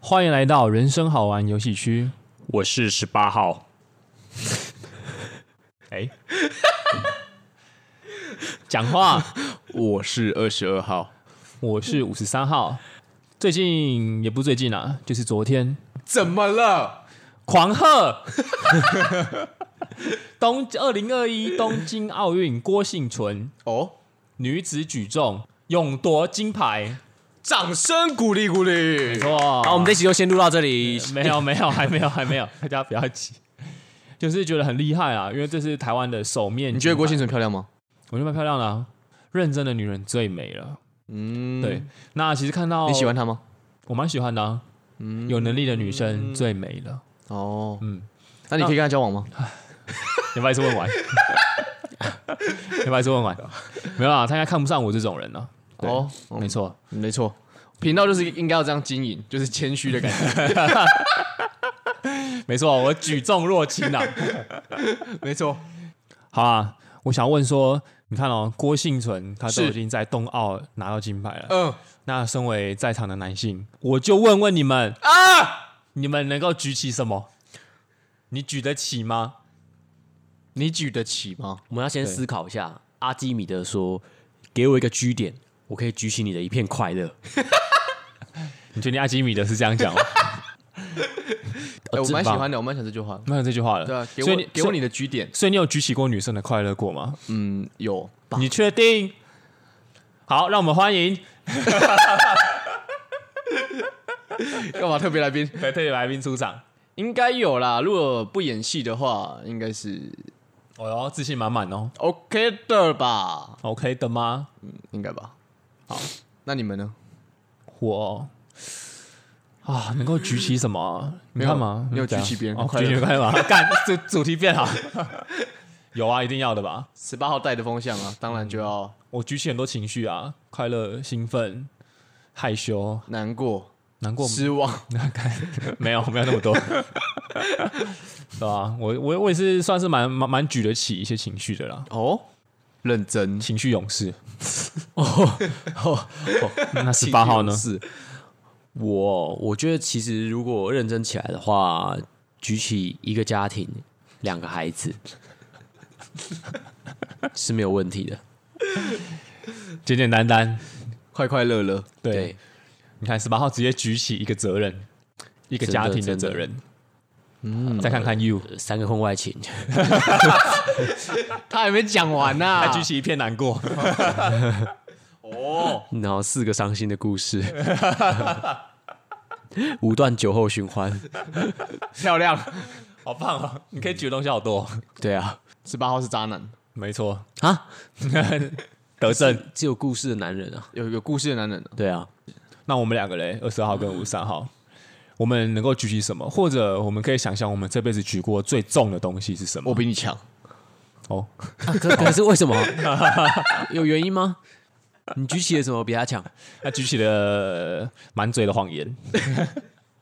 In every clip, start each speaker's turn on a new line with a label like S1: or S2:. S1: 欢迎来到人生好玩游戏区。
S2: 我是十八号，
S1: 哎， 讲话，
S3: 我是二十二号，
S1: 我是五十三号。最近也不最近啊，就是昨天
S3: 怎么了？
S1: 狂贺 东二零二一东京奥运郭幸存
S3: 哦，
S1: 女子举重勇夺金牌。
S3: 掌声鼓励鼓励。
S1: 哇！
S2: 好，我们这期就先录到这里。
S1: 没有没有还没有还没有，大家不要急。就是觉得很厉害啊，因为这是台湾的首面。
S3: 你觉得郭幸存漂亮吗？
S1: 我觉得蛮漂亮的、啊，认真的女人最美了。
S3: 嗯，
S1: 对，，那其实看到
S3: 你喜欢，嗯她吗？
S1: 我蛮喜欢的、啊。有能力的女生
S3: 嗯
S1: 最美了。
S3: 哦，
S1: 嗯
S3: 嗯，那你可以跟她交往吗？
S1: 你把一次问完， 你把一次问完，没有啊，他应该看不上我这种人啊呢、对
S3: 哦，嗯
S1: 没错，
S3: 没错，频道就是应该要这样经营，就是谦虚的感觉。
S1: 没错，我举重若轻啊。
S3: 没错，
S1: 好啊，我想问说，你看哦，郭幸存他都
S3: 是
S1: 已经在冬奥拿到金牌了，
S3: 嗯
S1: 那身为在场的男性，我就问问你们，
S3: 啊，
S1: 你们能够举起什么？你举得起吗？
S3: 你举得起吗？
S2: 我们要先
S1: 对
S2: 思考一下。阿基米德说：“给我一个居点，我可以举起你的一片快乐。
S1: 你确定阿基米德是这样 讲吗？
S3: 哎，我
S1: 这
S3: 蛮喜
S1: 吧
S3: 欢的，我蛮喜欢这句话的。
S1: 没有这句话了。
S3: 对啊，给
S1: 所以
S3: 我
S1: 你
S3: 给我你的居点。
S1: 所以你有举起过女生的快乐过吗？
S3: 嗯，有吧？
S1: 你确定？好，让我们欢迎
S3: 干嘛特别来宾？
S1: 特别来宾出场。
S3: 应该有啦，如果不演戏的话，应该是
S1: 哦哟，自信满满哦。
S3: OK 的吧？
S1: OK 的吗？
S3: 应该吧。好，那你们呢？
S1: 我啊，能够举起什么啊？你
S3: 没有
S1: 看嘛，
S3: 你有举
S1: 怎样
S3: 起别人
S1: 哦
S3: 快
S1: 举
S3: 乐
S1: 起干嘛？干主主题变好。 有啊，一定要的吧？
S3: 十八号带的风向啊，当然就要
S1: 我举起很多情绪啊，快乐、兴奋、害羞、
S3: 难过、
S1: 难 过吗，
S3: 失望。
S1: 没有没有那 么多，对啊，我我我也是算是蛮蛮蛮举得起一些情绪的啦，
S3: 哦，认真。
S1: 情绪勇 士。
S2: 哦
S1: 那十八号呢？
S2: 是我，我觉得其实如果认真起来的话，举起一个家庭、两个孩子是没有问题的。
S1: 简简单单，
S3: 快快乐乐。
S1: 对，
S2: 对，
S1: 你看十八号直接举起一个责任，一个家庭的责任。嗯，再看看 you，
S2: 呃三个婚外情，
S3: 他 还没讲完啊呢、
S1: 他举起一片难过。
S2: 然后四个伤心的故事， 五段酒后循环。
S3: 漂亮。
S1: 好棒哦！你可以举的东西好多，
S2: 对啊，
S3: 十八号是渣男，
S1: 没错，
S2: 啊，
S1: 得胜。
S2: 只有故事的男人啊。
S3: 有有故事的男人、
S2: 对啊，
S1: 那我们两个嘞，二十号跟五十三号，我们能够举起什么？或者我们可以想想，我们这辈子举过最重的东西是什么？
S3: 我比你强。
S1: 哦，
S2: 啊可可是为什么？ 有原因吗？你举起了什么比他强？
S1: 他举起了满嘴的谎言。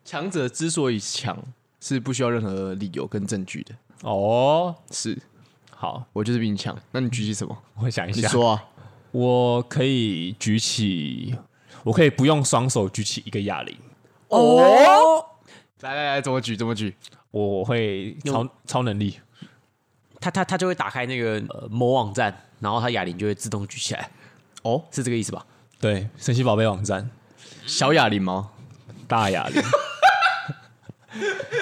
S3: 强者之所以强，是不需要任何理由跟证据的。
S1: 哦，
S3: 是
S1: 好，
S3: 我就是比你强。那你举起什么？
S1: 我想一
S3: 你
S1: 下，
S3: 说啊。
S1: 我可以举起，我可以不用双手举起一个哑铃，
S2: 哦，
S3: 来来来，怎么举？怎么举？
S1: 我会超超能力。
S2: 他他他就会打开那个呃某网站，然后他哑铃就会自动举起来，
S3: 哦，
S2: 是这个意思吧？
S1: 对，神奇宝贝网站
S3: 小哑铃吗？
S1: 大哑铃。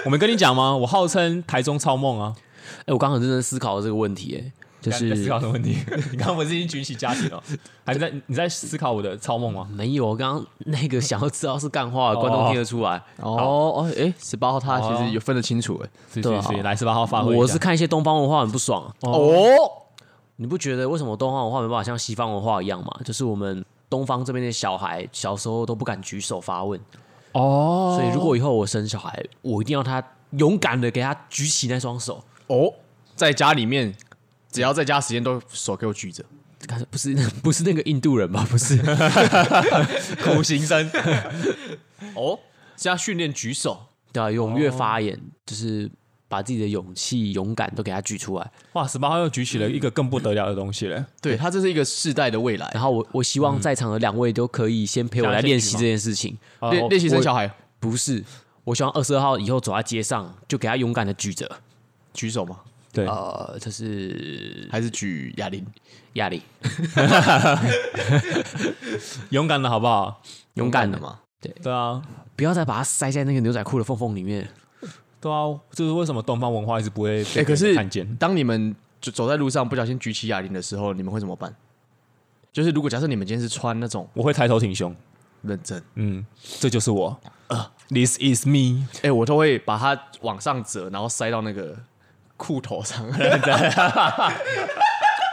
S1: 我没跟你讲吗？我号称台中超梦啊，
S2: 哎、我刚刚很认真思考这个问题、哎，就
S1: 你在思
S2: 是
S1: 考什么问题？你刚刚不是已经举起家庭 了，还是在你在思考我的超梦吗？
S2: 没有，我刚刚那个想要知道是干话，观众听得出来。
S3: 哦哦，哎，十八号他其实有分得清楚哎。
S1: 是
S2: 对
S1: 是
S2: 啊
S1: 是，来十八号发挥一下。
S2: 我是看一些东方文化很不爽、
S3: 哦，
S2: 你不觉得为什么东方文化没办法像西方文化一样嘛？就是我们东方这边的小孩小时候都不敢举手发问，
S1: 哦，
S2: 所以如果以后我生小孩，我一定要他勇敢的给他举起那双手。
S3: 哦，在家里面，只要在家时间都手给我举着。
S2: 看不是 不是那个印度人吧？不是，
S1: 苦行僧，
S3: 哦，是要训练举手。
S2: 对啊，踊跃发言，
S1: 哦
S2: 就是把自己的勇气、勇敢都给他举出来。
S1: 哇，十八号又举起了一个更不得了的东西嘞。
S3: 对，他这是一个世代的未来。
S2: 然后我我希望在场的两位都可以先陪我来练习这件事情。
S1: 嗯好
S3: 哦练练习生小孩，
S2: 不是，我希望二十二号以后走在街上就给他勇敢的举着。
S3: 举手吗？
S1: 对，
S2: 呃，这是
S3: 还是举哑铃？
S2: 压力，
S1: 勇敢的好不好？
S2: 勇敢的嘛，
S3: 嘛？
S1: 对啊，
S2: 不要再把它塞在那个牛仔裤的缝缝里面。
S1: 对啊，这是为什么东方文化一直不会
S3: 哎、
S1: 被
S3: 可是
S1: 看见？
S3: 当你们就走在路上不小心举起哑铃的时候，你们会怎么办？就是如果假设你们今天是穿那种
S1: 我会抬头挺胸，
S3: 认真，
S1: 嗯，这就是我。This
S3: 啊
S1: is me，
S3: 哎、我都会把它往上折，然后塞到那个裤头上。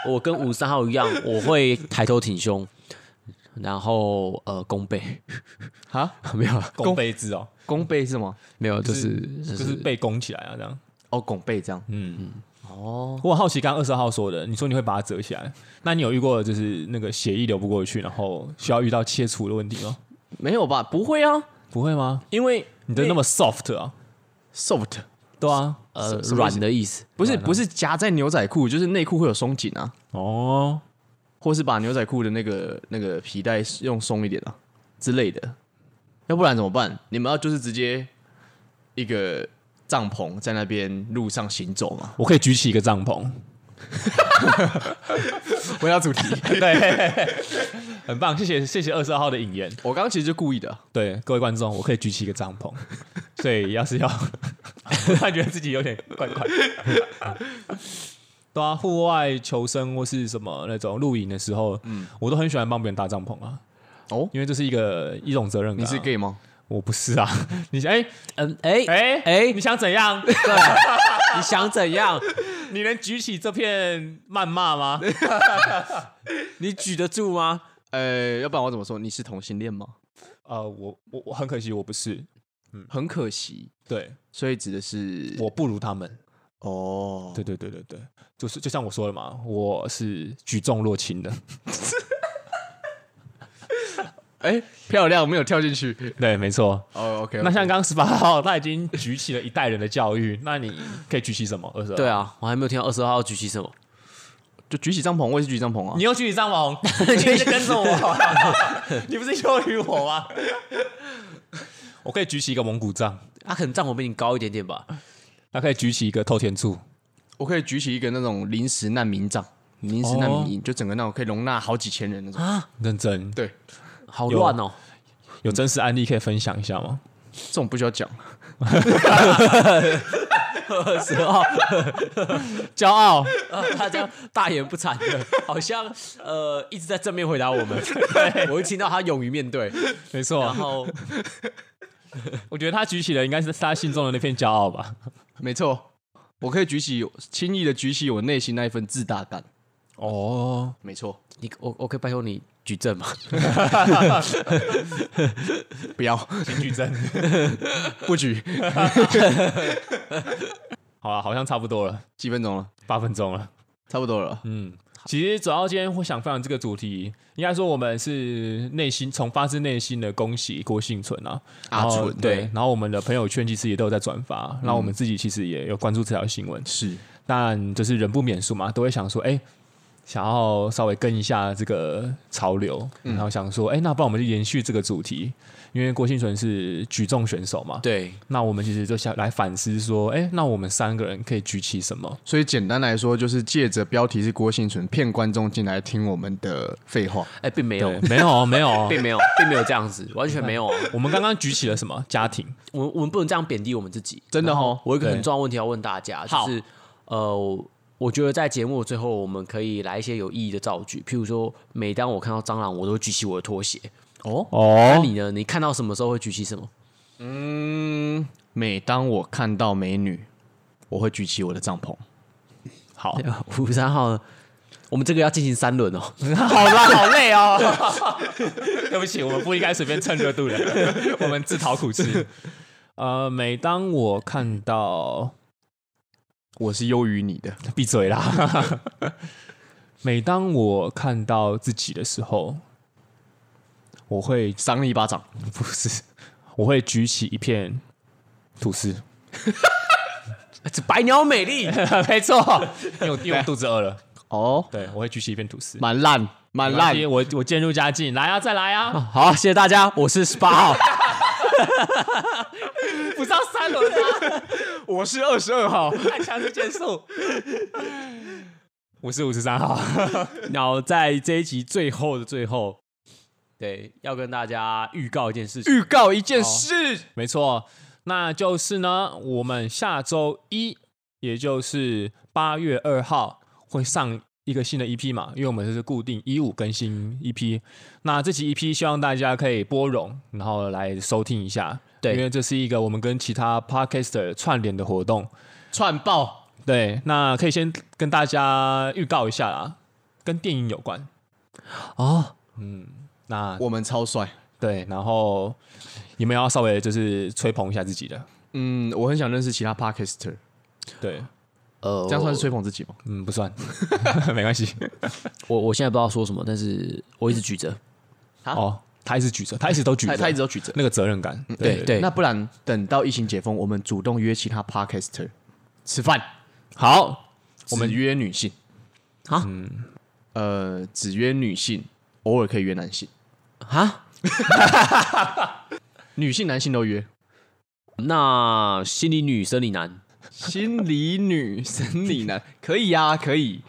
S2: 我跟五三号一 样，我会抬头挺胸，然后呃弓背，
S3: 啊，
S2: 没有了
S1: 拱杯子哦，
S3: 弓背是吗？
S2: 没有，啊就是
S1: 就
S2: 就是
S1: 是被拱起来啊，这样。
S3: 哦，拱背这样。
S1: 我很好奇，刚刚二十号说的，你说你会把它折起来，那你有遇过就是那个血液流不过去，然后需要遇到切除的问题吗？
S3: 没有吧？不会啊，
S1: 不会吗？
S3: 因为
S1: 你的那么 soft 啊？
S3: soft
S1: 对啊，
S2: 呃
S3: 什么意思
S2: 软的意思。
S3: 不是不是夹在牛仔裤，就是内裤会有松紧啊，
S1: 哦，
S3: 或是把牛仔裤的那个那个皮带用松一点啊之类的，要不然怎么办？你们要就是直接一个帐篷在那边路上行走嘛？
S1: 我可以举起一个帐篷，
S3: 回到主题，
S1: 很棒，谢谢谢谢二十号的引言。
S3: 我刚刚其实就故意的啊，
S1: 对各位观众，我可以举起一个帐 篷，所以要 是要，他觉得自己有点怪怪。 对啊，户外求生或是什么那种露营的时候，我都很喜欢帮别人搭帐篷啊。
S3: 哦
S1: 因为这是一个一种责任感、啊
S3: 你是 gay 吗？
S1: 我不是啊， 你想哎
S2: 嗯，啊哎
S1: 哎哎，
S2: 哎
S1: 你想怎 样？
S2: 你想怎样？
S1: 你能举起这片谩骂 吗？
S2: 你举得住吗？
S3: 呃，要不然我怎么说？你是同性恋吗？
S1: 呃，我我我很可惜，我不是，
S3: 很可惜，
S1: 对
S3: 所以指的是
S1: 我不如他们。
S3: 哦，
S1: 对对对对对，就是就像我说的嘛，我是举重若轻的。
S3: 哎，漂亮，没有跳进去。
S1: 对，没错。
S3: 哦，OK，
S1: 那像刚刚十八 号，他已经举起了一代人的教育，那你可以举起什么？二十二，
S2: 对啊，我还没有听到二十二号举起什么。
S3: 就举起帐篷，我也是举帐篷啊
S1: 你。又举起张网红， 你一直跟着我， 你不是优于我 吗？我可以举起一个蒙古杖，
S2: 他可能帐篷比你高一点点吧。
S1: 他可以举起一个透天柱，
S3: 我可以举起一个那种临时难民帐，临时难民营，就整个那种可以容纳好几千人那种。
S1: 认真
S3: 对，
S2: 好乱哦！
S1: 有真实案例可以分享一下吗？
S3: 这种不需要讲。
S2: 二十号，
S1: 骄傲，
S2: 呃他这样大言不惭的，好像呃一直在正面回答我 们。我一听到他勇于面对，
S1: 没
S2: 然
S1: 错，
S2: 后
S1: 我觉得他举起的应该是他心中的那片骄傲吧。
S3: 没错，我可以举起，轻易的举起我内心那一份自大感。
S1: 哦，
S3: 没错，
S2: 你我我可以拜托你举证 吗？
S3: 不要
S1: 请举证。
S3: 不举，
S1: 好啊了，好像差不多了，
S3: 几分钟了，
S1: 八分钟了。
S3: 差不多了。
S1: 其实主要今天会想分享这个主题，应该说我们是内心从发自内心的恭喜郭幸存啊，
S3: 阿
S1: 然后
S3: 纯
S1: 对
S3: 对，嗯
S1: 然后我们的朋友圈其实也都有在转发，然后我们自己其实也有关注这条新闻，
S3: 是，
S1: 但就是人不免俗嘛，都会想说，哎、想要稍微跟一下这个潮流，
S3: 嗯
S1: 然后想说，哎、那不然我们就延续这个主题，因为郭幸存是举重选手嘛，
S2: 对，
S1: 那我们其实就想来反思说，哎、那我们三个人可以举起什么？
S3: 所以简单来说，就是借着标题是郭幸存骗观众进来听我们的废话。
S2: 哎，并没有
S1: 对，，没有哦，没有 哦，
S2: 并没有， 并没有这样子，完全没有啊。
S1: 我们刚刚举起了什么？家庭。
S2: 我们我们不能这样贬低我们自己。
S3: 真的哦，
S2: 我有一个
S1: 对
S2: 很重要的问题要问大家，就
S1: 好
S2: 是呃，我我觉得在节目的最后，我们可以来一些有意义的造句，譬如说，每当我看到蟑螂，我都会举起我的拖鞋。哦，那
S1: 哦，
S2: 你呢？你看到什么时候会举起什么？
S3: 嗯，每当我看到美女，我会举起我的帐篷。
S1: 好，
S2: 五三号呢？我们这个要进行三轮 哦。
S1: 好啦，好累哦。 对不起，我们不应该随便蹭热 度的，我们自讨苦吃。 呃，每当我看到，
S3: 我是优于你的，
S1: 闭嘴啦！ 每当我看到自己的时候，我会
S3: 赏你一巴掌。
S1: 不是，我会举起一片吐司。
S2: 这白鸟美丽，
S1: 没错，因为我因为我肚子饿了，
S3: 哦，
S1: 对我会举起一片吐司。
S3: 蛮烂，蛮
S1: 没
S3: 烂
S1: 关系。我我渐入佳境，来啊，再来啊！
S2: 好，谢谢大家，我是十八号。 不上三轮啊，
S3: 我是二十二号，
S2: 太强是减速。
S1: 我是 五十三 号，
S2: 然后在这一集最后的最后，对，要跟大家预告一件事情，
S3: 预告一件事，
S1: 哦没错，那就是呢，我们下周一，也就是八月二号会上一个新的 EP 嘛，因为我们是固定一五更新 EP。那这期 EP 希望大家可以播容，然后来收听一下，
S2: 对
S1: 因为这是一个我们跟其他 podcaster 串联的活动。
S3: 串爆
S1: 对，那可以先跟大家预告一下啦，跟电影有关
S2: 哦。
S1: 嗯，那
S3: 我们超帅。
S1: 对，然后你们要稍微就是吹捧一下自己的，
S3: 嗯，我很想认识其他 podcaster，
S1: 对，
S2: 呃，
S3: 这样算是吹捧自己吗？
S1: 嗯，不算， 没关系。
S2: 我我现在不知道说什么，但是我一直举着。
S3: 啊
S1: 哦，他一直举着，他一直都举
S3: 他
S1: 着，
S3: 他一直都举着。
S1: 那个责任感。
S2: 对对
S3: 那不然等到疫情解封，我们主动约其他 podcaster 吃饭，
S1: 好，
S3: 我们约女性嗯
S2: 啊
S3: 呃，只约女性，偶尔可以约男性，
S2: 啊，
S3: 女性男性都约。
S2: 那心理女生理男，
S3: 心理女，生理男，可以呀、可以。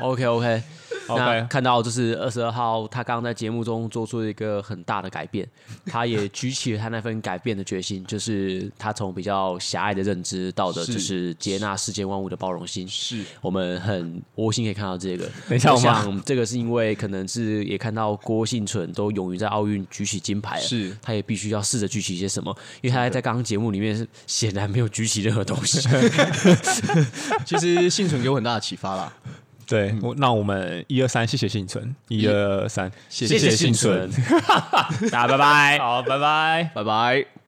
S2: OK OK，那
S1: OK
S2: 看到就是二十二号，他刚刚在节目中做出了一个很大的改变， 他也举起了他那份改变的决心，就是他从比较狭隘的认知到的
S3: 是
S2: 就是接纳世间万物的包容心。
S3: 是，
S2: 我们很窝心可以看到这个，
S1: 等一下我们
S2: 想这个是因为可能是也看到郭幸存都勇于在奥运举起金牌了，
S3: 是
S2: 他也必须要试着举起一些什么，因为他在刚刚节目里面是显然没有举起任何东西。
S3: 其实幸存给我很大的启发啦。
S1: 对，我那我们一二三，谢谢幸存，一二三，谢
S3: 谢
S1: 幸存，
S2: 大家拜拜。
S1: 好，拜拜。
S3: 拜拜。